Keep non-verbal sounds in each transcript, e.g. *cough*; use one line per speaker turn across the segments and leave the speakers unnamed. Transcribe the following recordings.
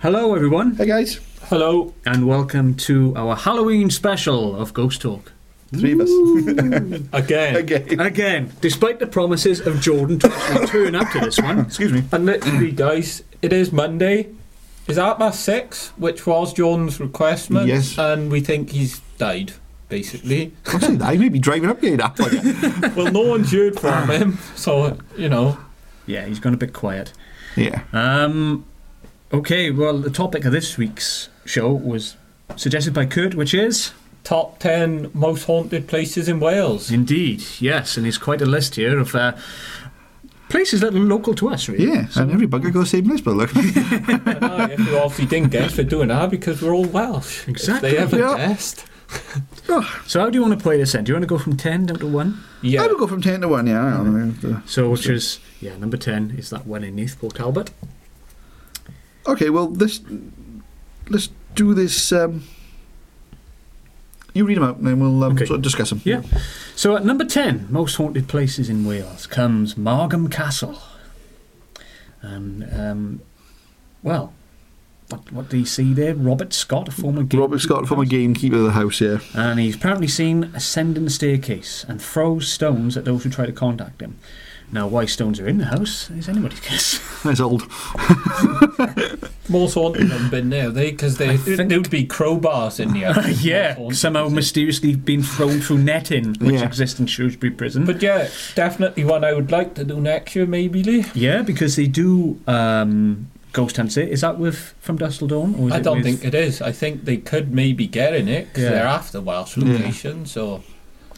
Hello, everyone,
Hey guys,
Hello.
and welcome to our Halloween special of Ghost Talk.
three *laughs* of us
Again.
again.
Again, despite the promises of Jordan to actually turn up to this one,
Excuse me.
*clears throat*
And literally, guys, it is Monday. Is that my six, which was Jordan's requestment?
Yes.
And we think he's died,
*laughs*
basically.
Actually, I may be driving up here. *laughs* That way.
well, no one's heard from him, so, you know.
yeah, he's gone a bit quiet.
Yeah.
Um, okay, well, the topic of this week's show was suggested by Kurt, which is
Top 10 most haunted places in Wales.
indeed yes, and there's quite a list here of uh, places that are local to us, really.
Yeah. And every bugger goes the same place, but *laughs* look.
I know, if you obviously didn't guess, we're doing that because we're all Welsh.
Exactly,
If they ever
yeah.
guessed.
Oh,
So, how do you want to play this then? Do you want to go from ten down to one?
Yeah.
I would go from 10 to 1, yeah. I don't know.
So, which is yeah, number ten is that one in Neathport Talbot.
uh, Okay, well, this, let's do this. Um, you read them out and then we'll um,
Okay.
sort of discuss them.
Yeah. So at number 10, most haunted places in Wales, comes Margam Castle. And, um, well, what, what do you see there? Robert Scott, a former game
Robert Scott, former gamekeeper of the house, yeah.
And he's apparently seen ascending the staircase and throws stones at those who try to contact him. Now, why stones are in the house is anybody's guess. *laughs*
That's old.
Most haunted have been there, they, because they,
think-
there would be crowbars
*laughs*
in the actual most
yeah,
haunted
somehow
places.
mysteriously been thrown through netting, which
Yeah.
exists in Shrewsbury Prison.
But yeah, definitely one I would like to do next year, maybe, Lee.
Yeah, because they do um, Ghost Hunt. Is that with From Dust Till Dawn? Or is
I
it
don't
with-
think it is. I think they could maybe get in it 'cause
Yeah.
they're after Welsh location. So,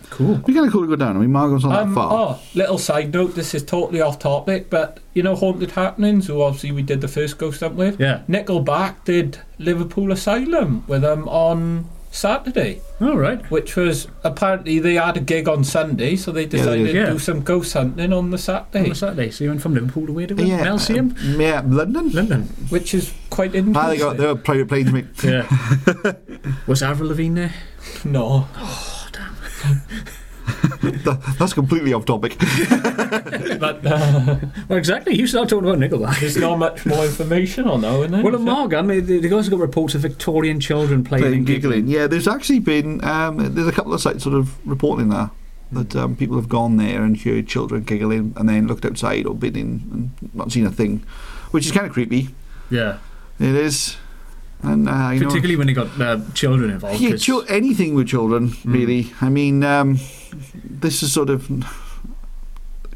Cool.
We kind of cool to go down. I mean, Margot's not
um,
that far.
oh, little side note. This is totally off topic, but you know, haunted happenings. Who obviously we did the first ghost hunt with.
Yeah.
Nickelback did Liverpool Asylum with them on Saturday,
All right.
which was apparently they had a gig on Sunday, so they
they
decided
did.
to
Yeah.
do some ghost hunting on the Saturday,
On a Saturday, so you went from Liverpool to where to where?
yeah.
Melseum,
um, yeah, London.
London.
which is quite interesting.
Ah, they got their private planes, mate.
*laughs* Yeah. Was Avril Lavigne there?
no,
That- *laughs* That's completely off topic.
but uh,
Well, exactly. You start talking about Nickelback.
there's not much more information on that, isn't there?
Well, at Margam, eh, they- they've also got reports of Victorian children playing,
Playing
and giggling.
giggling. Yeah, there's actually been um, there's a couple of sites sort of reporting that that um, people have gone there and heard children giggling and then looked outside or been in and not seen a thing, which is kind of creepy.
Yeah.
It is, and uh, you
Particularly when they got uh, children
know,
involved.
yeah,
'cause-
chil- anything with children
Hmm.
really. I mean, um, this is sort of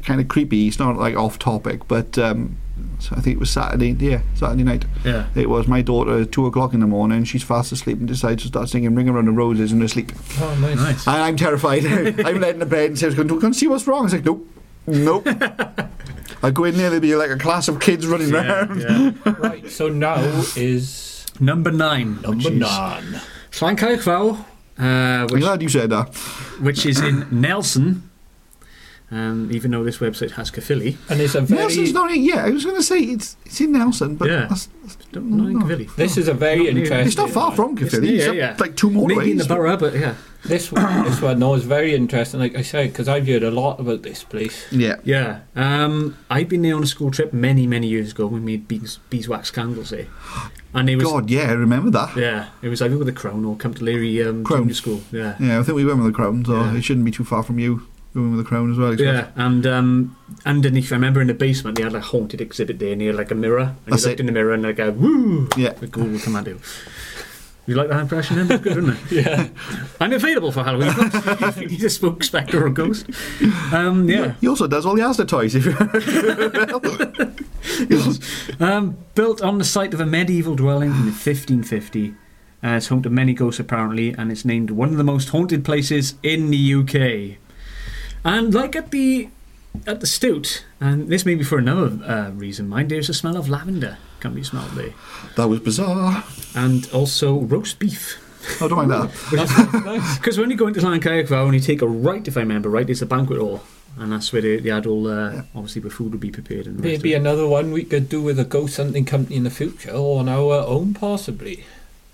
kind of creepy. It's not like off topic, but. Um, so I think it was Saturday, yeah, Saturday night. *laughs*
yeah.
It was my daughter at two o'clock in the morning. She's fast asleep and decides to start singing "Ring Around the Roses" in her sleep.
Oh, nice.
Nice.
And I'm terrified. *laughs* I'm laying in the bed and Sarah's going, Don't see what's wrong. I was like, Nope,
*laughs*
nope. I go in there, there'd be like a class of kids running
Yeah,
around.
yeah.
Right, so now is
Number nnine.
number nine.
Llancair Fawr, uh,
I'm
which
glad you said that.
which is in Nelson. Um, even though this website has Caerphilly,
And it's a very
Nelson's not in, yeah, I was going to say it's it's in Nelson, but
Yeah.
that's,
don't know
No.
Caerphilly.
this is a
Not
very
near.
interesting.
it's not far
one.
from Caerphilly.
near,
It's up,
yeah.
like two motorways.
Maybe in the borough, but yeah,
This one, this one, no, is very interesting. Like I said, because I've heard a lot about this place.
Yeah.
yeah. Um, I'd been there on a school trip many, many years ago when we made bees, beeswax candles there, and it was
God, yeah, I remember that. Yeah,
yeah, it was either with the Crown or Come to Leary um,
Crown.
Junior School, yeah,
I think we went with the crown, so
Yeah.
it shouldn't be too far from you. We went with the crown as well. I
yeah.
suppose.
And um, underneath, I remember in the basement they had a haunted exhibit there, and they had like a mirror, and
That's
you looked
it.
in the mirror and like a woo,
Yeah.
the ghoul will come at you. You like that impression? Then? That's good, isn't it?
Yeah,
I'm available for Halloween. *laughs* folks. If you need a spook, spectre, or ghost. Um, yeah.
He also does all the Asda toys.
*laughs*
If *laughs* you
Um, built on the site of a medieval dwelling
*sighs*
in 1550. Uh, it's home to many ghosts, apparently, and it's named one of the most haunted places in the UK. And like at the at the Stout, and this may be for another uh, reason, mind, there's a smell of lavender can be smelled there.
that was bizarre.
And also roast beef.
Oh, don't mind that.
*laughs* nice.
Because when you go into Llancair Crow and you take a right, if I remember right, it's a banquet hall. And that's where they, they had all, uh, obviously, where food would be prepared. And the rest
Maybe
of it.
another one we could do with a ghost hunting company in the future, or on our own, possibly.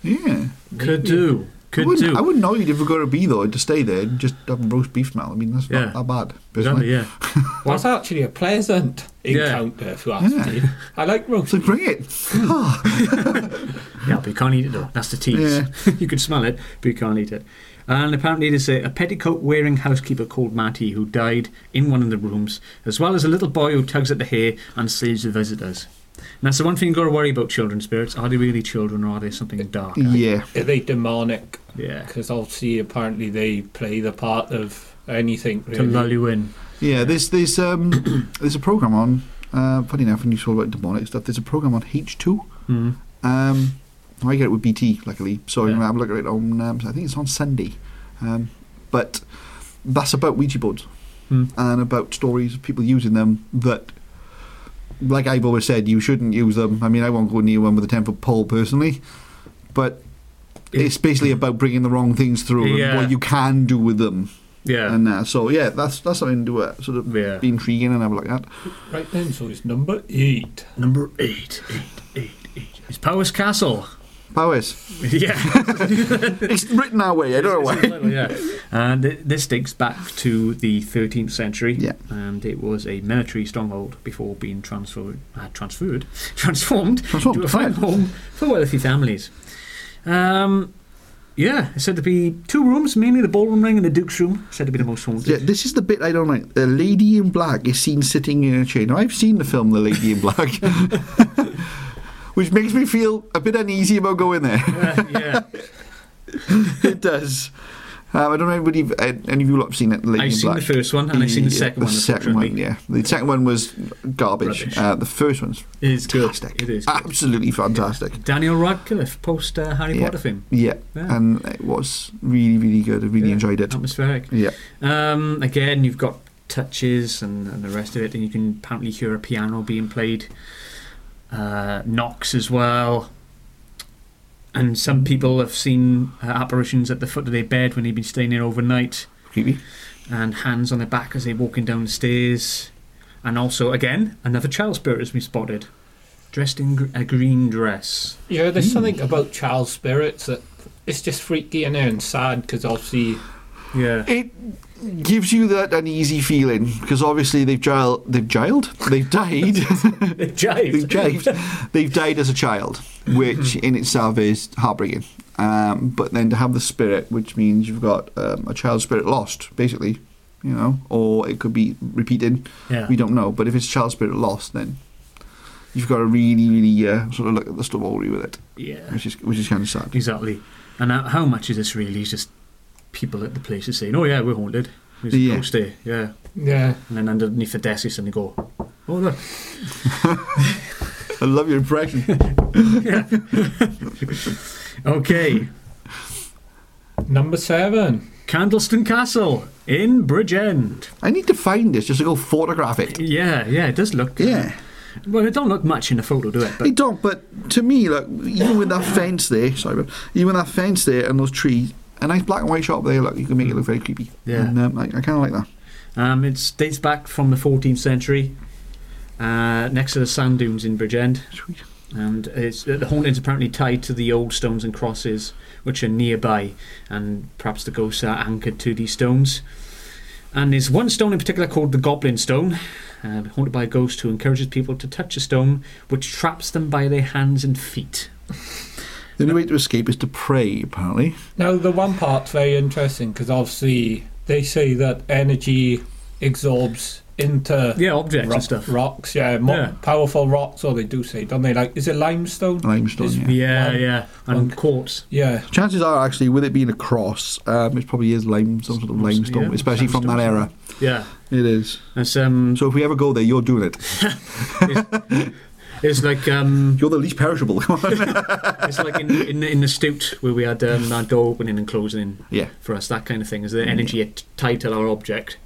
Yeah.
Could do. Could
I wouldn't,
do.
I wouldn't know you'd ever got to be though to stay there and just have roast beef smell. I mean, that's
Yeah.
not that bad.
Exactly,
Personally.
yeah.
That's actually a pleasant
Yeah.
encounter, if you ask me. I like roast.
So bring it. Ah,
Hmm. Yeah, but you can't eat it though. That's the tease. *laughs* you can smell it, but you can't eat it. And apparently, there's a, a petticoat wearing housekeeper called Matty who died in one of the rooms, as well as a little boy who tugs at the hair and saves the visitors. And that's the one thing you've got to worry about children spirits. Are they really children or are they something dark?
*laughs* yeah.
Are they demonic?
Yeah.
Because obviously, apparently, they play the part of anything.
To lull
Really.
you in.
Yeah, there's there's um *coughs* there's a program on. Uh, funny enough, when you saw about demonic stuff, there's a program on H2.
Mm.
Um, I get it with BT, luckily, so I'm
Yeah.
gonna have a look at it on. Um, I think it's on Sunday, um, but that's about Ouija boards
Hmm.
and about stories of people using them that. Like I've always said, you shouldn't use them. I mean, I won't go near one with a ten foot pole personally, but
It-
it's basically about bringing the wrong things through
Yeah.
and what you can do with them.
Yeah.
And uh, so, yeah, that's that's something to uh, sort of
yeah.
be intriguing and have a look at.
Right then, so it's number eight.
Number eight, eight, eight, eight. It's Powers Castle. *laughs*
Powers,
yeah.
it's written that way. I don't know
*laughs*
why.
yeah.
*laughs*
And th- this dates back to the 13th century.
Yeah.
And it was a military stronghold before being transferred, uh, transferred, *laughs* transformed
Transformed,
to a fine
right.
home for wealthy families. Um, yeah, it's said to be two rooms, mainly the ballroom ring and the Duke's room. Said to be the most haunted.
Yeah, this is the bit I don't like. The lady in black is seen sitting in a chair. Now, I've seen the film The Lady in *laughs* Black, which makes me feel a bit uneasy about going there.
Uh, *laughs*
*laughs*
yeah.
it does. Um, I don't know if anybody, uh, any of you lot have seen it, The Lady
I've
in
seen
Black.
the first one and I've seen the
Yeah,
second one.
The second one,
unfortunately.
yeah. The second one was garbage.
Rubbish.
Uh, the first one's
It is good.
fantastic. Ah.
It is. good.
Absolutely fantastic.
Daniel Radcliffe post uh, Harry
Yeah.
Potter film.
Yeah.
Yeah.
and it was really, really good. I really
Yeah.
enjoyed it.
Atmospheric.
Yeah.
Um, again, you've got touches and, and the rest of it, and you can apparently hear a piano being played, uh, knocks as well. And some people have seen uh, apparitions at the foot of their bed when they've been staying there overnight,
Creepy.
and hands on their back as they're walking down the stairs. And also, again, another child spirit has been spotted, dressed in gr- a green dress.
Yeah, there's
Hmm.
something about child spirits that it's just freaky in there and sad because obviously
*laughs*
Yeah.
It gives you that uneasy feeling because obviously they've giled, they've giled, they've died, *laughs*
They've jived.
they've jived, they've died as a child, which in itself is heartbreaking. Um, but then to have the spirit, which means you've got um, a child spirit lost, basically, you know, or it could be repeated.
Yeah.
We don't know. But if it's child spirit lost, then you've got to really, really uh, sort of look at the story with it,
yeah.
which is which is kind of sad.
Exactly. And uh, how, how much is this really It's just people at the place are saying, oh, yeah, we're haunted. There's
Yeah.
a ghost here, yeah.
yeah,
And then underneath the desk, you suddenly go, oh, look. *laughs*
I love your impression.
Yeah. okay.
number seven.
Candleston Castle in Bridgend.
*laughs* I need to find this just to go photograph it.
Yeah, yeah, it does look. uh,
Yeah.
Well, it don't look much in the photo, do it?
They
But
don't, but to me, like even with that fence there, sorry, but even that fence there and those trees, a nice black and white shot there, like you can make it look very creepy.
Yeah.
and, um, I, I kind of like that.
um, it dates back from the 14th century, uh, next to the sand dunes in Bridgend.
Sweet.
and it's, uh, the haunt is apparently tied to the old stones and crosses which are nearby, and perhaps the ghosts are anchored to these stones. And there's one stone in particular called the Goblin Stone, uh, haunted by a ghost who encourages people to touch a stone, which traps them by their hands and feet.
The only way to escape is to pray, apparently.
Now the one part's very interesting because obviously they say that energy absorbs into
Yeah, objects
ro-
and stuff.
rocks, yeah, mo-
Yeah. Oh.
powerful rocks, or they do say, don't they? Like, is it limestone?
Limestone.
It's-
Yeah,
Yeah.
One-
yeah, and quartz.
Yeah,
Chances are, actually, with it being a cross, um, it probably is lime, some sort of
Mostly,
limestone,
yeah.
especially from that era.
Sandstone. Yeah,
It is.
it's um,
So if we ever go there, you're doing it.
it's like um,
You're the least perishable. *laughs*
it's like in in, the- in the stoot where we had um, our door opening and closing.
yeah,
for us, that kind of thing. Is the energy t- tied to our object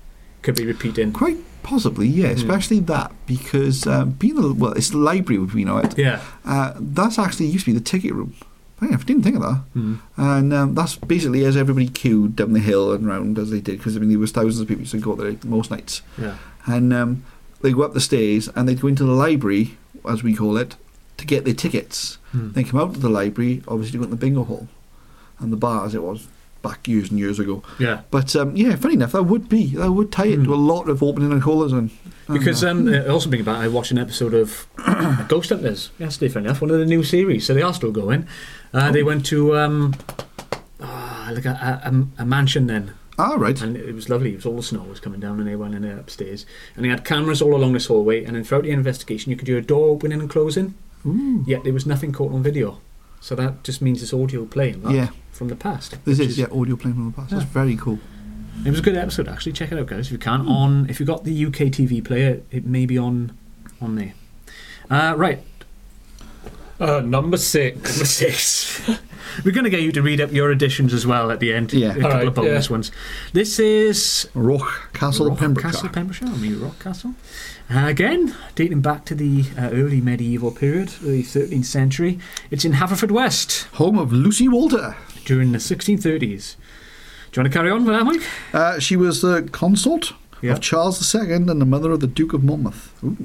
could be repeating?
quite possibly. Yeah, especially that because um, being a, well, it's the library we know it.
Yeah,
Uh, that's actually used to be the ticket room. I didn't think of that.
Mm.
And um, that's basically as everybody queued down the hill and round as they did, because I mean there was thousands of people who go there most nights.
yeah,
And um, they go up the stairs and they go into the library, as Mm. we call it, to get their tickets. They come out of the library, obviously to go in the bingo hall. and the bar as it was back years and years ago.
Yeah.
But um, yeah, funny enough, that would be that would tie it
Hmm.
to a lot of opening and callers and and,
Because
uh,
um, it also being about, I watched an episode of *coughs* Ghost Hunters yesterday, funny enough, one of the new series, so they are still going. Uh, They went to um, ah, like a, a, a mansion then,
ah right,
and it was lovely. It was all the snow was coming down, and they went in there upstairs, and they had cameras all along this hallway. And then throughout the investigation, you could hear a door opening and closing.
Ooh.
Yet there was nothing caught on video, so that just means it's audio playing that
yeah,
from the past.
this
which
is yeah audio playing from the past. That's
Yeah.
very cool.
It was a good episode actually. Check it out, guys, if you can.
Hmm.
On if you got the UK TV player, it may be on on there. Uh, right,
Uh, number six.
number six. *laughs* We're going to get you to read up your editions as well at the end.
Yeah.
a couple
Alright,
of bonus
yeah.
ones. This is
Roch Castle
Rock
Pembrokeshire.
Castle, Pembrokeshire, I mean Rock Castle. Uh, again, dating back to the uh, early medieval period, early 13th century. It's in Haverfordwest
Home of Lucy Walter.
during the 1630s. Do you want to carry on with that, *laughs* Mike?
Uh, she was the consort
Yeah.
of Charles II and the mother of the Duke of Monmouth. Ooh.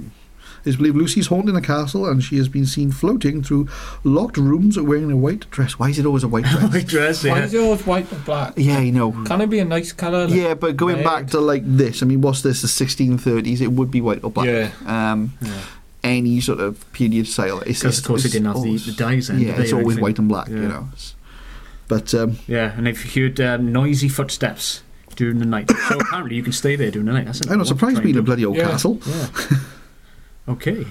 It is believed Lucy's haunted the castle and she has been seen floating through locked rooms wearing a white dress. Why is it always a white
*laughs*
dress?
Mike dress,
Why
yeah.
is it always white and black?
yeah, you know.
Can it be a nice colour?
Yeah, but going back
Red.
to like this, I mean, what's this? The 1630s? It would be white or black.
Yeah.
Um,
Yeah.
any sort of period style. It's,
Because of
it's-
course they
it's
didn't have the,
always-
the dyes then.
Yeah,
did they,
it's
or
always
anything?
white and black,
Yeah.
you know. It's- But um,
Yeah, and they've heard um, noisy footsteps during the night.
*coughs*
So apparently you can stay there during the night. That's
I'm not surprised being a bloody old
Yeah.
castle.
Yeah. okay.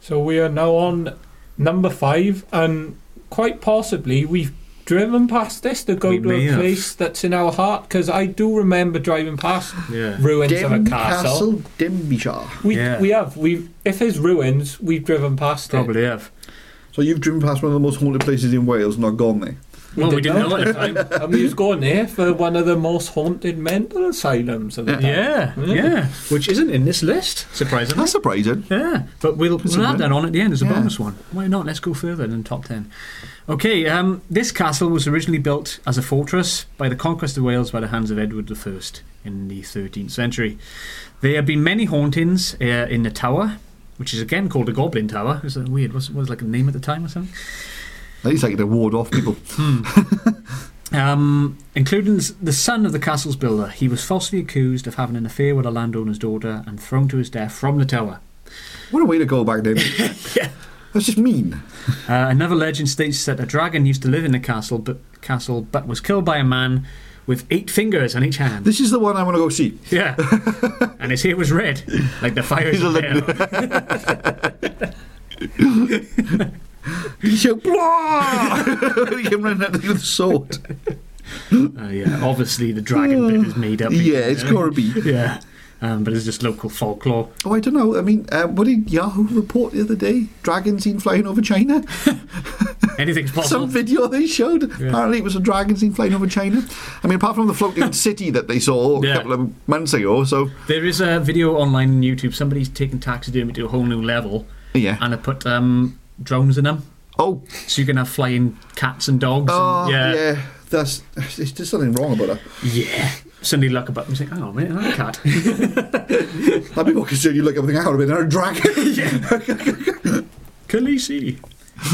So we are now on number five, and quite possibly we've driven past this to go
We
to
may
a
have.
place that's in our heart because I do remember driving past
Yeah.
ruins of a castle.
Castle Denbighshire.
We
Yeah.
we have we if there's ruins we've driven past it.
Probably have.
So you've driven past one of the most haunted places in Wales and not gone there.
Well, we didn't know at the time.
and we was going there for one of the most haunted mental asylums of the time.
Yeah,
Yeah.
yeah. Which isn't in this list, surprisingly.
That's surprising.
Yeah, but we'll,
That's
we'll
a
add
bit-
that on at the end as a
Yeah.
bonus one. Why not? Let's go further than top 10. Okay, um, this castle was originally built as a fortress by the conquest of Wales by the hands of Edward I in the 13th century. There have been many hauntings uh, in the tower, which is again called the Goblin Tower. Is that weird? Was was like a name at the time or something?
At least I get to ward off people.
Um, including s- the son of the castle's builder, he was falsely accused of having an affair with a landowner's daughter and thrown to his death from the tower.
*laughs* what a way to go back *laughs* then. That's just mean.
Uh, another legend states that a dragon used to live in the castle, but castle, but was killed by a man with eight fingers on each
*laughs*
hand.
This is the one I want to go *laughs* see.
yeah, and his hair was red, like the fire is
He's a
red.
He shout, *laughs* "Blah!" he came running at me with a sword.
Uh, yeah, obviously the dragon bit is made up.
Yeah, it's
yeah.
gotta be.
Yeah, um, but it's just local
*laughs*
folklore.
Oh, I don't know. I mean, uh, what did Yahoo report the other day? Dragon seen flying over *laughs* China?
Anything's possible.
Some video they showed. Apparently, it was a dragon seen flying over China. I mean, apart from the *laughs* floating city that they saw a
Yeah.
couple of months ago. So,
There is a video online on YouTube. Somebody's taken taxidermy to a whole new level,
yeah.
and they put um, drones in them,
oh,
so you can have flying cats and dogs.
oh,
and,
yeah. That's there's just something wrong about it.
yeah. Suddenly, look about them and say, "Oh, man, that cat."
I'd be more concerned you look up and think, "Oh, I've been a dragon." *laughs*
Khaleesi.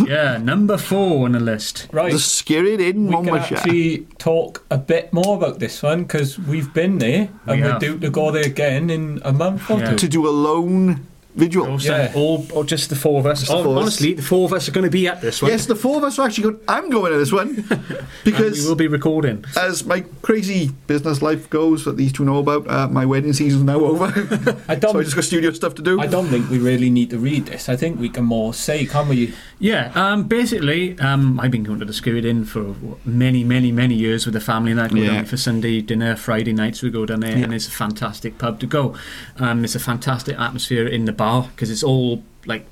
yeah, number four on the list.
Right.
the scurried in
we can
Monmouthshire.
actually talk a bit more about this one because we've been there
We
and we
have.
are due to go there again in a month or
Yeah.
two.
to do a lone vigil.
Also,
Yeah.
all or just the four of us.
the
Oh,
four of us.
honestly, the four of us are going to be at this one.
Yes, the four of us are actually going. I'm going to this one
and we
*laughs* because,
will be recording.
as my crazy business life goes, that these two know about, uh, my wedding season's now *laughs* over.
I
so I
don't.
just got studio stuff to do.
I don't think we really need to read this. I think we can more say, can we?
Yeah, um, basically, um, I've been going to the Scoot Inn for what, many, many, many years with the family, and I go
Yeah.
down for Sunday dinner, Friday nights we go down there,
Yeah.
and it's a fantastic pub to go. Um, it's a fantastic atmosphere in the bar because it's all like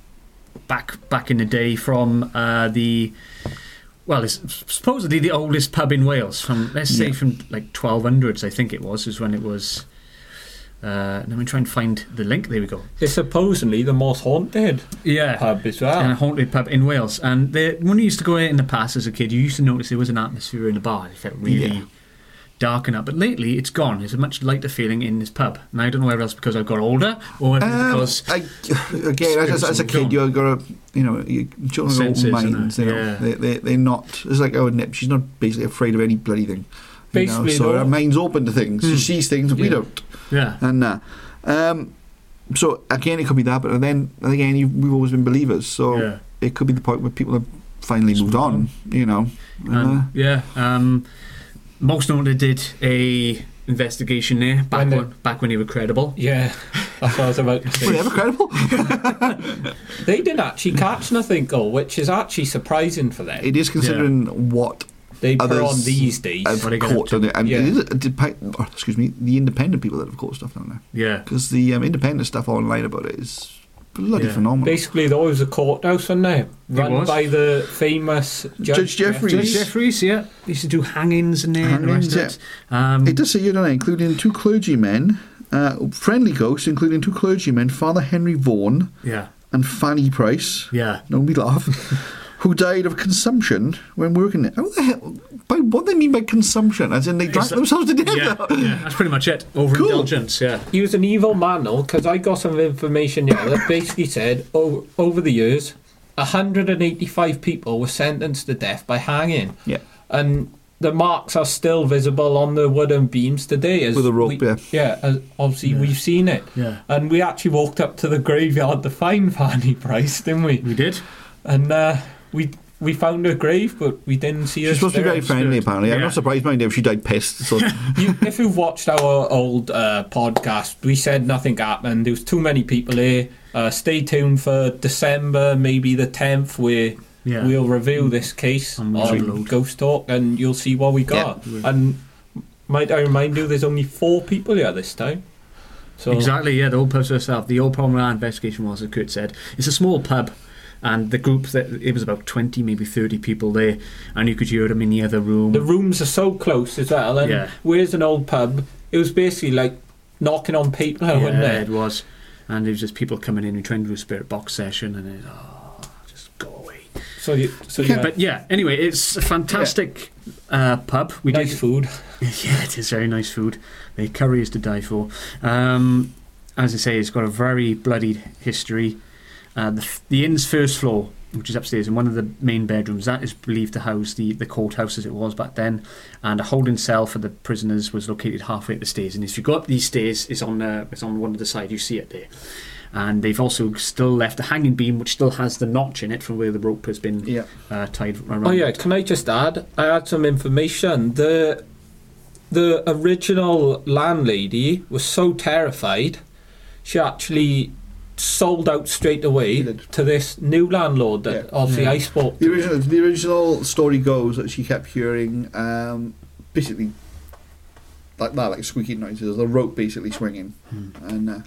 back back in the day from uh, the well, it's supposedly the oldest pub in Wales from let's say
Yeah.
from like 1200s, I think it was, is when it was. Uh, let me try and find the link. There we go.
It's supposedly the most haunted
Yeah
pub as
and a
well.
haunted pub in Wales. And they, when you used to go out in the past as a kid, you used to notice there was an atmosphere in the bar. It felt really
Yeah.
darken up. But lately, it's gone. It's a much lighter feeling in this pub. And I don't know whether else because I've got older or whether
Um,
because
I, *laughs* again, as, as a
Spirits
kid,
and
you're gonna, you know, your children are
Senses,
open
isn't
minds.
it?
You know,
Yeah.
they, they, they're not. It's like oh, Nip. She's not basically afraid of any bloody thing. You know?
Basically,
so
no.
her mind's open to things.
Hmm.
She sees things we
Yeah.
don't.
yeah,
And uh, um, so again, it could be that. But then and again, you, we've always been believers. So
yeah,
it could be the point where people have finally
Just
moved
moved
on. You know. And, uh,
um, yeah. Um, most notably did a investigation there back
When
when,
they-
back when you were credible.
Yeah, that's what I was about to
were they
say.
ever credible?
they didn't actually catch nothing, though, which is actually surprising for them.
it is considering what
They put
others
on these days.
I've
What they got up
caught,
to.
on it, and
Yeah.
it is it depi- or, excuse me, the independent people that have caught stuff down there.
Yeah,
because the um, independent stuff online about it is bloody
Yeah.
phenomenal.
Basically, there was a courthouse on there, run
was.
by the famous Judge,
Judge Jeffreys.
Judge
Jeffries.
Jeffries. Yeah, he used to do hangings and there and the rest
Hangings,
of it. Um,
It does say you know, including two clergymen, uh, friendly ghosts, including two clergymen, Father Henry Vaughan
yeah,
and Fanny Price.
yeah.
No, me laugh. *laughs* who died of consumption when working there? How the hell? By what do they mean by consumption? As in they drank
that-
themselves to death. *laughs*
Yeah, yeah, that's pretty much it. Overindulgence, yeah.
He was an evil man, though, because I got some information here that basically said oh, over the years, 185 people were sentenced to death by hanging.
Yeah.
And the marks are still visible on the wooden beams today. As
With a rope,
we-
yeah.
Yeah, as obviously we've seen it.
Yeah.
And we actually walked up to the graveyard to find *laughs* Fanny Price, didn't we?
We did.
And uh, we we found her grave, but we didn't see her.
She's supposed to be
spirit.
very friendly, apparently. I'm
Yeah.
not surprised, mind if she died pissed. So
you, if you've watched our old uh, podcast, we said nothing happened. There was too many people here. Uh, stay tuned for December, maybe the tenth, where
Yeah.
we'll review this case
And
on
we'll upload.
Ghost Talk, and you'll see what we got. And might I remind you, there's only four people here this time. So
Exactly, yeah, the old pub to herself. The old problem with our investigation was, as Kurt said, it's a small pub, and the group that it was about twenty, maybe thirty people there, and you could hear them in the other room.
the rooms are so close as well. And
Yeah.
where's an old pub? It was basically like knocking on paper,
yeah,
wasn't it?
it was, and it was just people coming in and trying to do a spirit box session, and it, oh, just go away.
So you, so yeah,
*laughs* But yeah, anyway, it's a fantastic uh, pub. We
nice
did
food.
*laughs* Yeah, it is very nice food. The curry is to die for. Um, as I say, it's got a very bloodied history. Uh, the, f- the inn's first floor, which is upstairs, in one of the main bedrooms, that is believed to house the, the courthouse as it was back then. And a holding cell for the prisoners was located halfway up the stairs. And if you go up these stairs, it's on, uh, it's on one of the side, you see it there. And they've also still left a hanging beam, which still has the notch in it from where the rope has been
yeah,
uh, tied around.
Oh yeah, can I just add? I had some information. The the original landlady was so terrified, she actually sold out straight away
She did.
to this new landlord that
Yeah.
obviously
Yeah.
I spoke.
The
To.
original, the original story goes that she kept hearing um, basically like that, like squeaky noises, the rope basically swinging, and uh,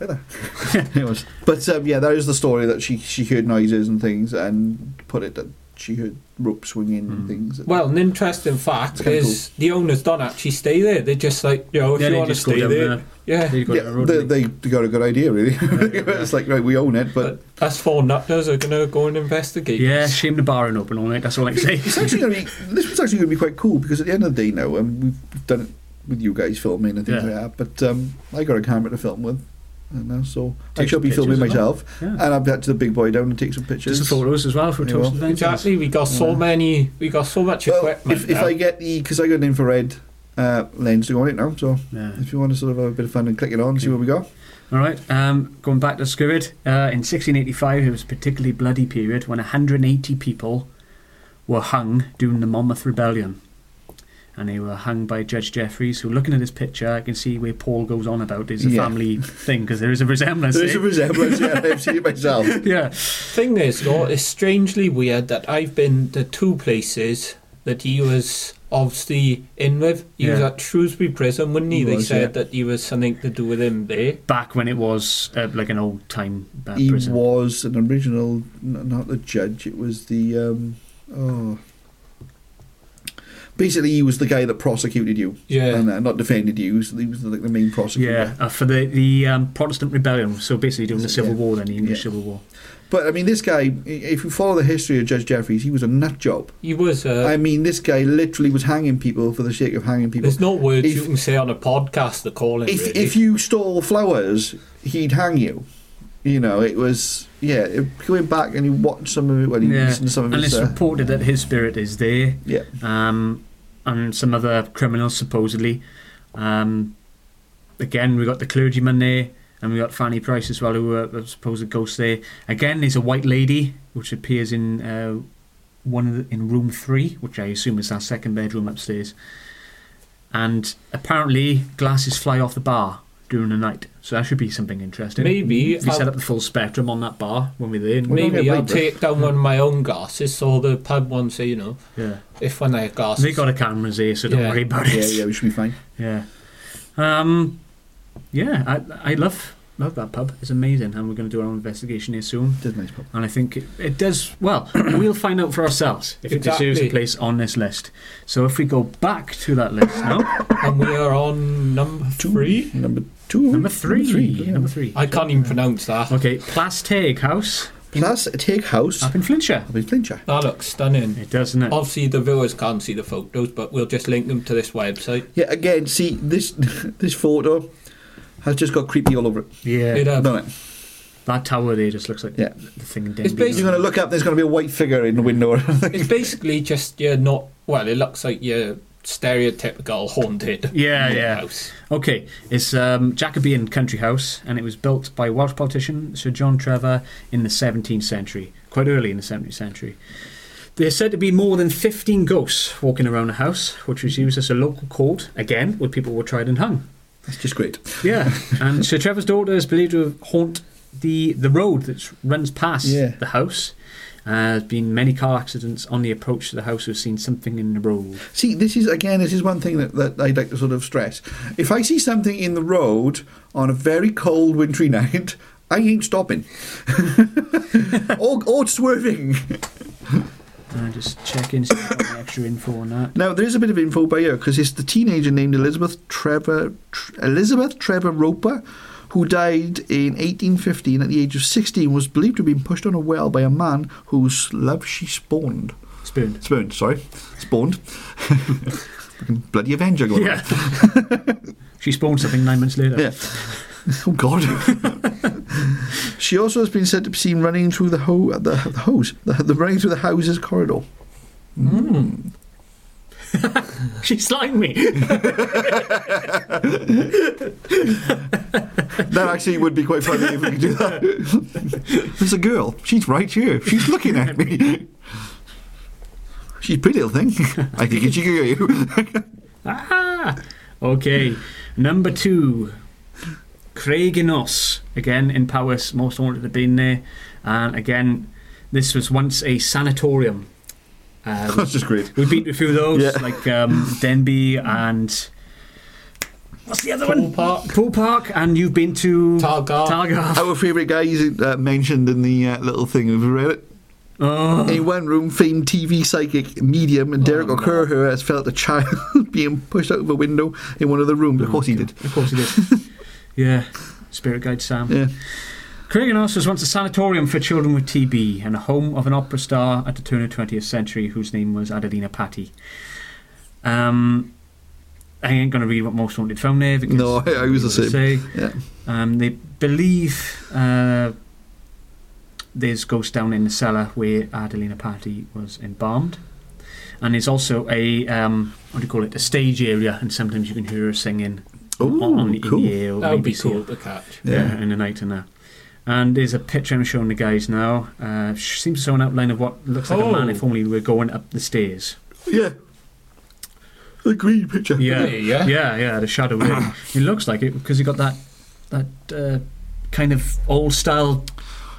right there. *laughs* it was. But um, yeah, that is the story that she she heard noises and things, and put it that she heard rope swinging and things.
Well, an interesting fact
It's kinda
is the owners don't actually stay there. They're just like, you know, if
Yeah,
you
they
want to
just go
stay
down
there,
there.
yeah.
There you go,
yeah,
the road,
they,
isn't it?
they got a good idea, really. *laughs* it's like right, we own it, but.
But us four nutters are gonna go and investigate.
Yeah, shame the bar ain't open all night. That's all I
*laughs*
can
It's
say.
actually going to be. This was actually going to be quite cool because at the end of the day, now, and we've done it with you guys filming and things
Yeah.
like that. But um, I got a camera to film with, and now so
Take
I shall
some
be filming
pictures as well.
myself,
Yeah.
and I'll be out to the big boy down and take some pictures.
Just some photos as well for
Yeah,
Toast
well,
and Ventures.
exactly. We got so many. We got so much
Well,
equipment.
if, if
now.
I get the because I got an infrared uh, lens to go on it now, so
Yeah.
if you want to sort of have a bit of fun and click it on, see what we got.
All right. Um, going back to Squid, uh, in 1685, it was a particularly bloody period when 180 people were hung during the Monmouth Rebellion. And they were hung by Judge Jeffreys, who, looking at this picture, I can see where Paul goes on about is a
Yeah. *laughs*
family thing because there is a resemblance.
There is a
there. *laughs*
resemblance. yeah, I've seen it myself.
yeah.
Thing is, though, it's strangely weird that I've been to two places that he was obviously in with. He was
Yeah.
at Shrewsbury Prison, wouldn't he?
He
they
was,
said
yeah.
that he was something to do with him there.
Back when it was uh, like an old time uh,
he
prison.
was an original, n- not the judge. It was the um, oh. Basically, he was the guy that prosecuted you,
Yeah.
and uh, not defended you. So he was like the main prosecutor.
yeah, uh, for the, the um, Protestant rebellion. So basically during the Civil
Yeah.
War, then the English
Yeah.
Civil War.
But I mean, this guy, i- if you follow the history of Judge Jeffries, he was a nut job.
He was. Uh,
I mean, this guy literally was hanging people for the sake of hanging people.
there's no words
if-
you can say on a podcast to call him.
If,
really.
if you stole flowers, he'd hang you. You know, it was, yeah, it, going back and you watch some of it, well, you
Yeah.
listen to some of
And
his,
it's
uh,
reported that his spirit is there,
yeah.
um, and some other criminals supposedly. Um, again, we got the clergyman there, and we got Fanny Price as well, who were a supposed ghost there. Again, there's a white lady which appears in uh, one of the, in room three, which I assume is our second bedroom upstairs. And apparently, glasses fly off the bar during the night, so that should be something interesting.
Maybe
if we set
I'll-
up the full spectrum on that bar when we're there. and-
Well, don't
Maybe
get
I'll
racist.
take down one of my own glasses so the pub one say, you know,
Yeah.
if one of their glasses.
They got a cameras here, so don't
Yeah.
worry about
yeah,
it.
yeah, we should be fine.
Yeah. Um, yeah, I, I love love that pub. It's amazing, and we're going to do our own investigation here soon.
Did nice pub.
And I think it, it does well. *clears throat* we'll find out for ourselves if it deserves a
Exactly.
place on this list. So if we go back to that list now,
and we are on number three.
Number two.
number three, number three,
yeah.
I can't even pronounce that.
Okay, Plasteg House
Plus, a take house
up in Flintshire.
up in Flintshire.
That looks stunning.
It does, not it?
Obviously, the viewers can't see the photos, but we'll just link them to this website.
Yeah, again, see, this *laughs* this photo has just got creepy all over it.
yeah,
It, uh,
Don't it?
that tower there just looks like
Yeah.
the thing in Denby.
It's
You're going to look up, there's going to be a white figure in the window. *laughs* or something.
it's basically just you're not. Well, it looks like your stereotypical haunted
Yeah, yeah.
house.
Okay, it's um, Jacobean country house, and it was built by Welsh politician Sir John Trevor in the 17th century, quite early in the 17th century. There's said to be more than 15 ghosts walking around the house, which was used as a local court, again, where people were tried and hung.
That's just great.
Yeah, and Sir Trevor's daughter is believed to haunt the, the road that runs past
Yeah.
the house. Uh, there's been many car accidents on the approach to the house who've seen something in the road.
See, this is again, this is one thing that, that I'd like to sort of stress. If I see something in the road on a very cold, wintry *laughs* night, I ain't stopping *laughs* or, or swerving.
Uh, just check in, see if I've got any extra info on that.
Now, there is a bit of info by here because it's the teenager named Elizabeth Trevor, Tr- Elizabeth Trevor Roper, who died in 1815 at the age of 16, was believed to have been pushed on a well by a man whose love she spawned.
Spooned.
Spawned, sorry, spawned. *laughs* Fucking Bloody Avenger going on.
Yeah. *laughs* she spawned something nine months later.
Yeah. *laughs* Oh God. *laughs* she also has been said to be seen running through the ho- the, the hose, the, the running through the house's corridor.
Mm.
She slimed me.
That actually would be quite funny if we could do that. *laughs* There's a girl. She's right here. She's looking at me. She's a pretty little thing. I think she can hear you. *laughs*
ah. Okay. Number two. Craiginos. Again, in Powys, most haunted have been there. And again, this was once a sanatorium. Um,
*laughs* That's just great.
we've been to a few of those,
Yeah.
like um, Denby and. What's the other
Pool
one?
park,
Pool Park, and you've been to.
Targar.
Targarth.
Our favourite guy is uh, mentioned in the uh, little thing. Have you read it?
Oh.
In one room, famed TV psychic medium Derek
Oh, no.
O'Kerher has felt a child *laughs* being pushed out of a window in one of the rooms. Of course he did.
Of course he did.
*laughs*
yeah. Spirit Guide Sam.
Yeah.
Kriganos was once a sanatorium for children with TB and a home of an opera star at the turn of 20th century whose name was Adelina Patti. Um, I ain't going to read what most wanted found there because
No, I- I was the
what they
Yeah.
Um, they believe uh, there's ghosts down in the cellar where Adelina Patti was embalmed, and there's also a um, what do you call it? A stage area, and sometimes you can hear her singing
Ooh,
on, on the- E
cool.
in the air. or
That would
maybe
be
see her
cool to catch.
yeah.
Yeah.
in the night and that. And there's a picture I'm showing the guys now. Uh, she seems to show an outline of what looks like a man
Oh.
if only we were going up the stairs.
Yeah. The green picture.
Yeah,
Really,
Eh.
yeah?
yeah, yeah, the shadow. yeah. it looks like it because you got that that uh, kind of old style.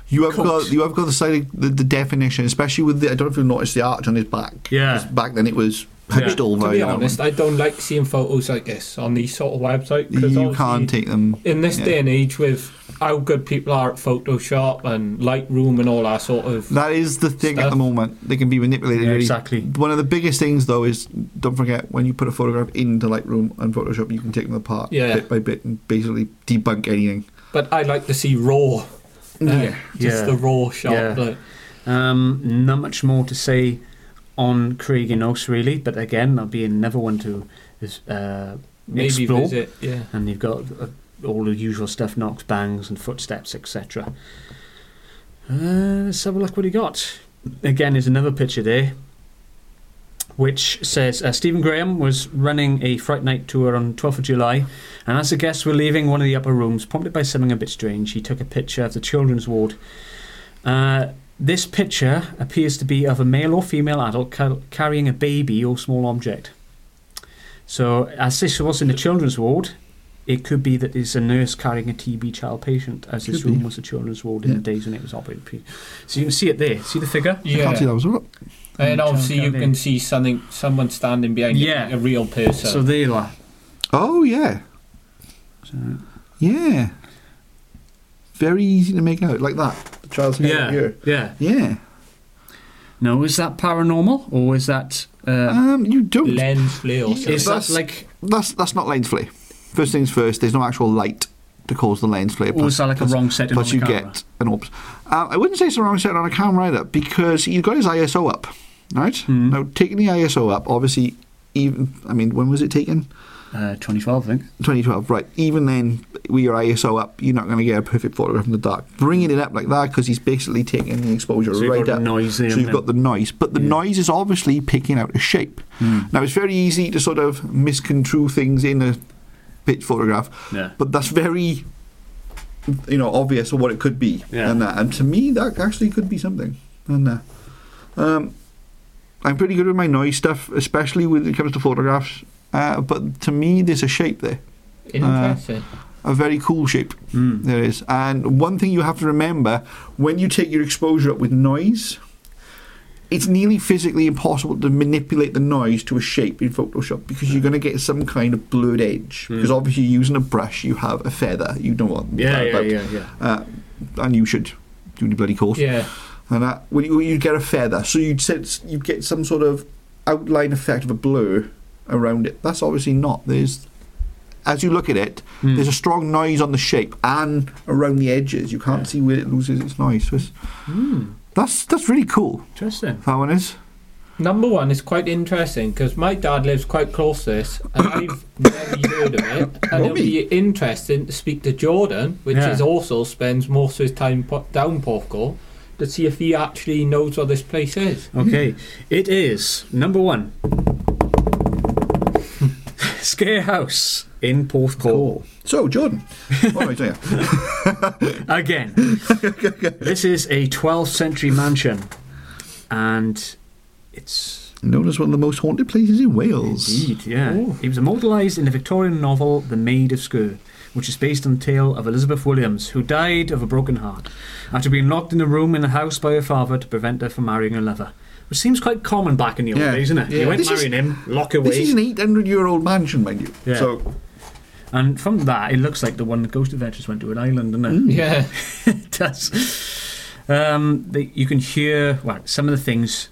You have
Coat.
got you have got the side of the, the definition, especially with the I don't know if you noticed the arch on his back.
Yeah.
'Cause Back then it was hunched
Yeah.
over.
To be
you know,
honest, I don't like seeing photos like this on these sort of websites. 'cause
you
obviously
can't take them.
In this
yeah.
day and age, with how good people are at Photoshop and Lightroom and all that sort of,
That is the thing at
Stuff.
the moment. They can be manipulated.
Yeah,
really.
exactly.
One of the biggest things though is don't forget when you put a photograph into Lightroom and Photoshop, you can take them apart
Yeah.
bit by bit and basically debunk anything.
but I like to see raw. Yeah.
Yeah.
Just
Yeah.
the raw shot.
Yeah.
Like,
Um, not much more to say on Kriegenos, really, but again, that'll be another one to uh,
maybe
explore.
visit. Yeah.
And you've got uh, all the usual stuff knocks, bangs, and footsteps, etc. Uh, let's have a look what he got. Again, is another picture there, which says uh, Stephen Graham was running a Fright Night tour on 12th of July, and as the guests were leaving one of the upper rooms, prompted by something a bit strange, he took a picture of the children's ward. Uh, this picture appears to be of a male or female adult ca- carrying a baby or small object. So, as this was in the children's ward, it could be that there's a nurse carrying a TB child patient, as this
Could be.
room was a children's ward in
Yeah.
the days when it was operated. So you can see it there. See the figure?
I can't see
Yeah.
that was up.
And obviously you
Yeah.
can see something someone standing behind it,
Yeah.
like a real person.
So there you are.
Oh yeah,
So,
yeah. Very easy to make out like that. The child's head up
yeah,
here.
yeah.
Yeah.
No, is that paranormal or is that? Uh,
Um, you don't.
lens flare or something.
is that uh,
that's-
like?
that's that's not lens flare. First things first. There's no actual light to cause the lens flare.
Or is that like a wrong setting on
Plus,
the
you
camera?
get an orbs. Um, I wouldn't say it's a wrong setting on a camera either because he got his ISO up, right?
Hmm.
Now taking the ISO up, obviously, even I mean, when was it taken?
Uh, 2012, I think.
2012, right? Even then, with your ISO up, you're not going to get a perfect photograph in the dark. Bringing it up like that because he's basically taking the exposure
So you've
right
got
up.
the noise there
so
and
you've got the noise, but the
Yeah. Hmm.
noise is obviously picking out a shape. Now it's very easy to sort of misconstrue things in a pitch photograph,
Yeah.
but that's very, you know, obvious of what it could be,
Yeah.
and that. And to me, that actually could be something. And uh, um, I'm pretty good with my noise stuff, especially when it comes to photographs. Uh, but to me, there's a shape there
Interesting.
a very cool shape.
Mm.
There is. And one thing you have to remember when you take your exposure up with noise, it's nearly physically impossible to manipulate the noise to a shape in Photoshop because you're going to get some kind of blurred edge.
Mm.
Because obviously, using a brush, you have a feather. You don't want
Yeah,
that
yeah,
about.
yeah, yeah.
Uh, and you should do your bloody course.
yeah.
And that, when you you get a feather, so you'd sense, you'd get some sort of outline effect of a blur around it. That's obviously not. There's, as you look at it,
Mm.
there's a strong noise on the shape and around the edges. You can't
Yeah.
see where it loses its noise. So it's-
Mm.
that's that's really cool.
Interesting.
That one is.
Number one is quite interesting because my dad lives quite close to this, and I've never heard of
*laughs*
it. And it'll be interesting to speak to Jordan, which
Yeah.
is also spends most of his time po- down Portugal, to see if he actually knows what this place is.
Okay, it is number one. *laughs* Scare House in Porthcawl.
So *laughs* Jordan, what am I doing? here?
Again, this is a 12th century mansion, and it's
Known as one of the most haunted places in Wales.
Indeed, yeah.
Ooh.
He was immortalised in the Victorian novel The Maid of Sker, which is based on the tale of Elizabeth Williams, who died of a broken heart after being locked in a room in the house by her father to prevent her from marrying her lover. Which seems quite common back in the old
Yeah.
days, isn't it?
Yeah.
You went
This is-
marrying him, lock away.
This is an 800-year-old mansion, mind you.
Yeah.
So
And from that, it looks like the one that Ghost Adventures went to an island, doesn't it? *laughs*
Mm,
Yeah,
it does. Um, the, you can hear well some of the things.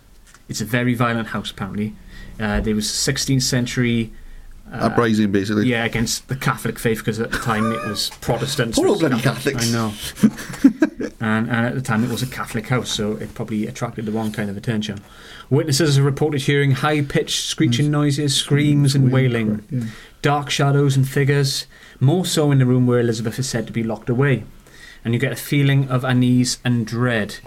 It's a very violent house, apparently. Uh, there was 16th century uh,
uprising, basically.
Yeah, against the Catholic faith because at the time it was Protestants.
Poor old
versus
bloody
I
Catholics.
know. *laughs* and, and at the time it was a Catholic house, so it probably attracted the wrong kind of attention. Witnesses have reported hearing high pitched screeching noises, screams,
Mm.
and wailing,
Yeah.
dark shadows and figures, more so in the room where Elizabeth is said to be locked away. And you get a feeling of unease and dread.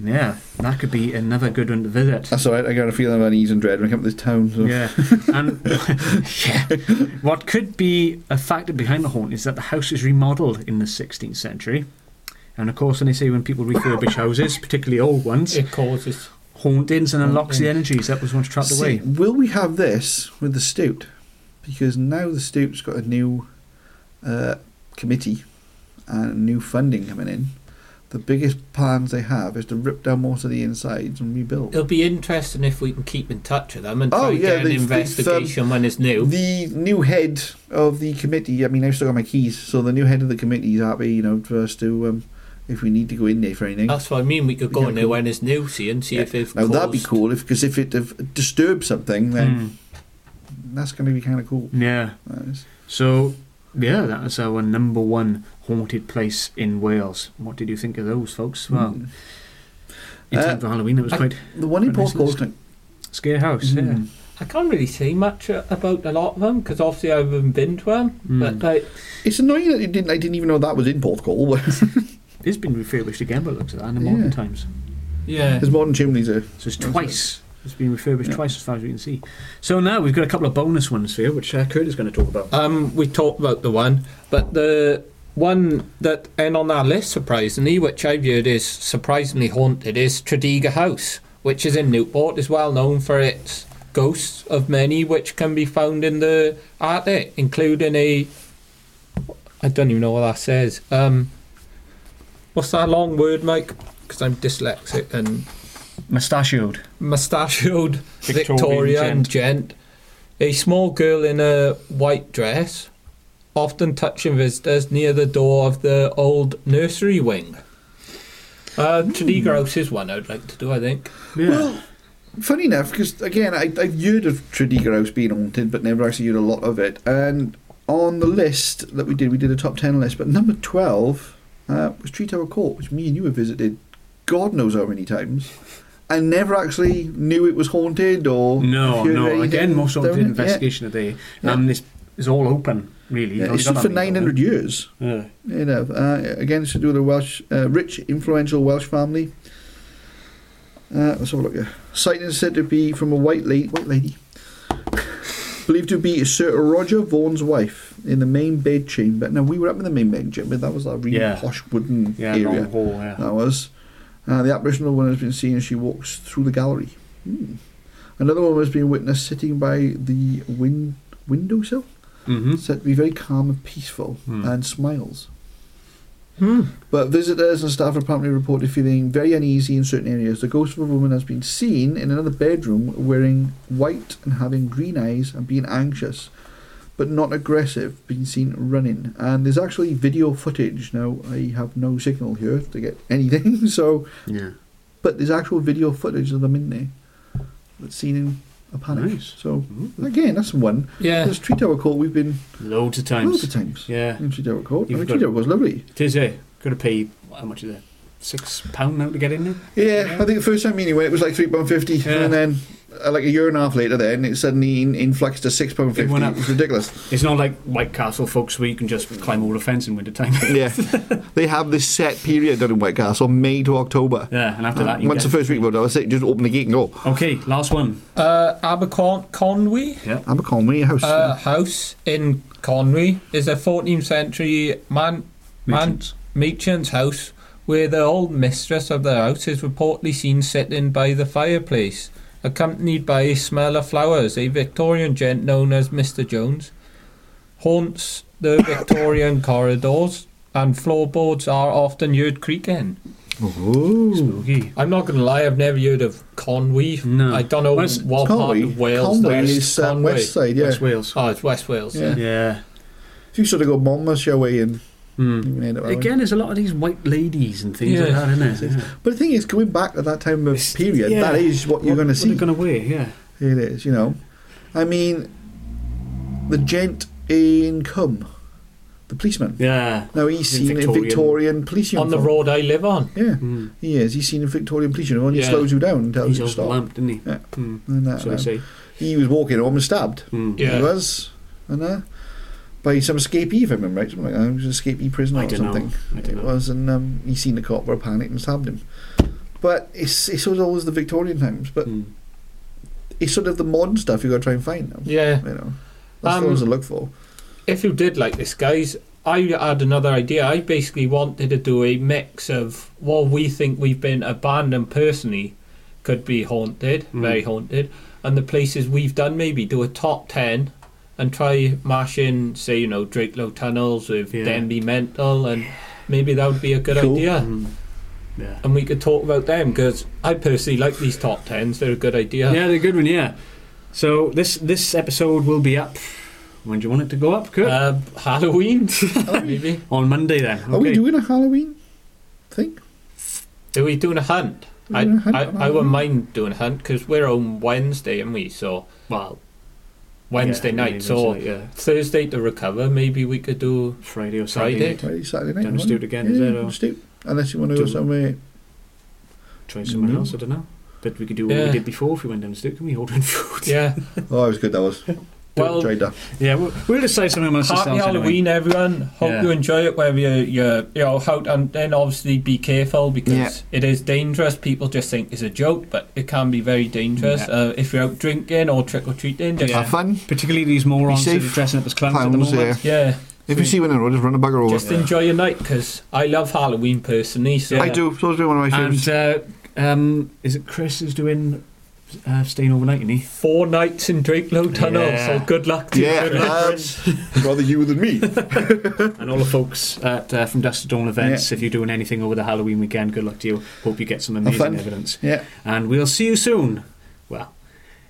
Yeah, that could be another good one to visit.
That's all right. I got a feeling of unease and dread when I come to this town. So.
Yeah, and *laughs* yeah, what could be a factor behind the haunt is that the house was remodeled in the 16th century, and of course, when they say when people refurbish houses, particularly old ones,
it causes.
hauntings and unlocks the energies that was once trapped
See,
away.
Will we have this with the Stout? Because now the Stout's got a new uh, committee and new funding coming in. The biggest plans they have is to rip down most of the insides and rebuild.
It'll be interesting if we can keep in touch with them and
Oh,
try and
yeah,
get an
um,
they've- they've,
investigation when it's new.
The new head of the committee, I mean, I've still got my keys, so the new head of the committee is happy, you know, for us to, um, if we need to go in there for anything.
That's what I mean. We could go
Yeah,
in there
cool.
when it's new, see, and see
Yeah.
if they've
now,
caused.
that'd be cool, because if, 'cause if it uh, disturbs something, then
Mm,
Hmm.
that's going to be kind of cool.
yeah,
That is.
so Yeah, that was our number one haunted place in Wales. What did you think of those, folks? Well, in
Hmm. Uh,
time for Halloween, it was
I-
quite
The one in
Quite nice
Porthcawl,
list.
isn't
scare house.
it?
Yeah.
Mm.
I can't really say much uh, about a lot of them because obviously I haven't been to them.
Mm.
uh,
But like,
It's annoying that it didn't. I didn't even know that was in *laughs* Porthcawl. but
It's been refurbished again, but looks at that in the
Yeah.
modern times.
yeah,
There's modern chimneys there.
So it's
That's
twice. It's been refurbished
Yeah.
twice as far as we can see. So now we've got a couple of bonus ones for you, which uh, Kurt is going to talk about.
Um, we talked about the one, but the one that ain't on our list, surprisingly, which I've heard is surprisingly haunted, is Tredega House, which is in Newport, is well known for its ghosts of many, which can be found in the Arctic, including a. I don't even know what that says. Um, what's that long word, Mike? Because I'm dyslexic and
Mustachioed.
mustachioed
Victorian
Victorian gent. A small girl in a white dress, often touching visitors near the door of the old nursery wing. Uh, Tadega House is one I'd like to do, I think.
Yeah.
Well, funny enough, because again, I, I've heard of Tredega House being haunted, but never actually heard a lot of it. And on the list that we did, we did a top 10 list, but number 12 uh, was Tree Tower Court, which me and you have visited God knows how many times. And never actually knew it was haunted or.
no,
heard
no.
anything
Again, most of the
down it. Yeah.
investigation are there.
Yeah.
Um, this is all open, really.
Yeah, it's stood for 900 years.
Yeah.
You know, uh, again, it's to do with a Welsh, uh, rich, influential Welsh family. Uh, let's have a look here. Sightings said to be from a white lady, white lady, *laughs* believed to be Sir Roger Vaughan's wife in the main bed chamber. Now we were up in the main bed chamber. That was that really
Yeah.
posh wooden
Yeah,
area.
long hall, yeah.
That was. Uh, the Aboriginal woman has been seen as she walks through the gallery. Hmm. Another woman has been witnessed sitting by the win- windowsill,
Mm-hmm.
said to be very calm and peaceful,
Hmm.
and smiles.
Hmm.
But visitors and staff apparently reported feeling very uneasy in certain areas. The ghost of a woman has been seen in another bedroom wearing white and having green eyes and being anxious, but not aggressive, being seen running. And there's actually video footage. Now, I have no signal here to get *laughs* anything, so.
Yeah.
But there's actual video footage of them in there that's seen in a panic.
Nice.
So,
Mhm.
again, that's one.
Yeah.
There's Tree Tower Court, we've been
Loads of
loads
times.
of times.
Yeah.
In Tree Tower Court. I
You've
mean,
got-
Tree Tower Court's lovely.
It is, eh? Got to pay, how much is it? Six pound now to get in there?
Yeah, I think the first time Meany went, it was like three pound fifty,
Yeah.
and then uh, like a year and a half later, then it suddenly in, influxed to six pound
It
fifty.
went
It
up. *laughs*
was ridiculous.
It's not like White Castle, folks, where you can just climb over the fence in winter time.
yeah, they have this set period down in White Castle, May to October.
*laughs* yeah, and after that,
Uh,
you
once the
get...
first week rolled over, say just open the gate and go.
Okay, last one.
Uh, Abercon Conwy
Aberconwy House.
uh, House in Conwy is a 14th century man
Mentions.
Meacham's house, where the old mistress of the house is reportedly seen sitting by the fireplace, accompanied by a smell of flowers. A Victorian gent known as Mr. Jones haunts the
*coughs*
Victorian corridors, and floorboards are often heard creaking.
oh,
Spooky.
I'm not going to lie, I've never heard of Conwy.
No.
I don't know
Well, it's-
what part
Conwy.
of Wales that
Conwy
is.
is um,
Conwy.
West Side. Yeah,
West Wales.
Oh, it's West Wales.
Yeah.
Yeah.
if you sort of go Monmouthshire way and
Hmm.
you can end up. that way.
Again, there's a lot of these white ladies and things like
Yeah.
that, isn't there?
but the thing is, going back to that time of
It's-
period,
yeah.
that is what you're going to see.
What are going to wear, yeah.
It is, you know. I mean, the gent in Cum, the policeman.
Yeah.
Now he's
In
seen
Victorian-
in Victorian police uniform.
On the road I live on.
Yeah,
Mm.
he is. He's seen in Victorian police uniform. He
Yeah.
slows you down and tells
He's
you to
also
stop.
lamped, didn't he?
Yeah.
Mm.
And that,
So I
and
say.
He was walking home and stabbed.
Mm.
Yeah.
He was. And uh, by some escapee, if I remember right. Something like that. He was an escapee prisoner
I
or
don't know.
something.
I don't
It
know.
was, and um, he seen the cop were panicked and stabbed him. But it's it's sort of always the Victorian times. But
Mm.
it's sort of the modern stuff you got to try and find now.
Yeah.
You know, that's
Um,
the ones to look
*laughs*
for.
if you did like this, guys, I had another idea. I basically wanted to do a mix of what we think we've been abandoned personally could be haunted,
Mm.
very haunted, and the places we've done maybe do a top 10 and try mash in, say, you know, Drakelow Tunnels with
Yeah.
Denby Mental, and maybe that would be a good
Cool.
idea.
Mm. Yeah.
And we could talk about them because I personally like these top 10s, they're a good idea.
Yeah, the good one, yeah. So this this episode will be up. When do you want it to go up, Kurt?
Uh, Halloween, maybe.
On Monday then.
Are we
Okay.
doing a Halloween thing?
Are we doing a hunt?
We're
I,
doing a hunt
I,
on
I wouldn't
Halloween.
mind doing a hunt because we're on Wednesday, aren't we? So
Well,
Wednesday
Yeah,
night.
maybe
so
Wednesday night, yeah.
Thursday to recover. Maybe we could do.
Friday or Saturday.
Friday.
night.
Friday, Saturday night.
Down to
wouldn't
Stoop
it?
again,
yeah,
is it, or-
Stoop. Unless you want to go
Do- *laughs*
somewhere.
Try somewhere
Mhm.
else. I don't know. But we could do what
Yeah.
we did before if we went *laughs* down to Stoop. Can we ordering food?
Yeah.
Oh, it was good. That was.
Well,
Enjoyed that.
yeah. We'll, we'll decide something amongst
Happy
ourselves. anyway.
Halloween, everyone. Hope
Yeah.
you enjoy it wherever you're, you're, you know, out. And then obviously be careful because
Yeah.
it is dangerous. People just think it's a joke, but it can be very dangerous.
Yeah.
Uh, if you're out drinking or trick or treating, just,
Yeah.
yeah.
Have fun.
Particularly these morons
Be
that are
safe.
dressing up as clowns at the
Clowns,
moment.
yeah. If you see one in the road, just run a bugger over.
just enjoy your night because I love Halloween personally. So
I do. So it's been one of my favourites.
And uh, um, is it Chris who's doing uh, staying overnight? Isn't he?
Four nights in Drakelow Tunnel.
Yeah.
So good luck
*laughs*
to
Yeah, uh,
you. Good luck, Prince.
that's *laughs* rather you than me.
And all the folks at uh, from Dust to Dawn events. If you're doing anything over the Halloween weekend, good luck to you. Hope you get some amazing
fun.
evidence.
Yeah,
And we'll see you soon. Well,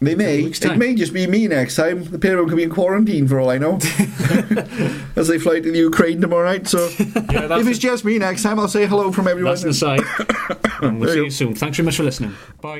they may.
Weeks
It
time.
may just be me next time. The pair of them could be in quarantine for all
*laughs*
I know, *laughs* as they fly to the Ukraine tomorrow
*laughs*
night. So
Yeah, that's
if it's just me next time, I'll say hello from everyone.
that's the side. and we'll
*coughs* There
see
you
you soon. Thanks very much for listening. Bye.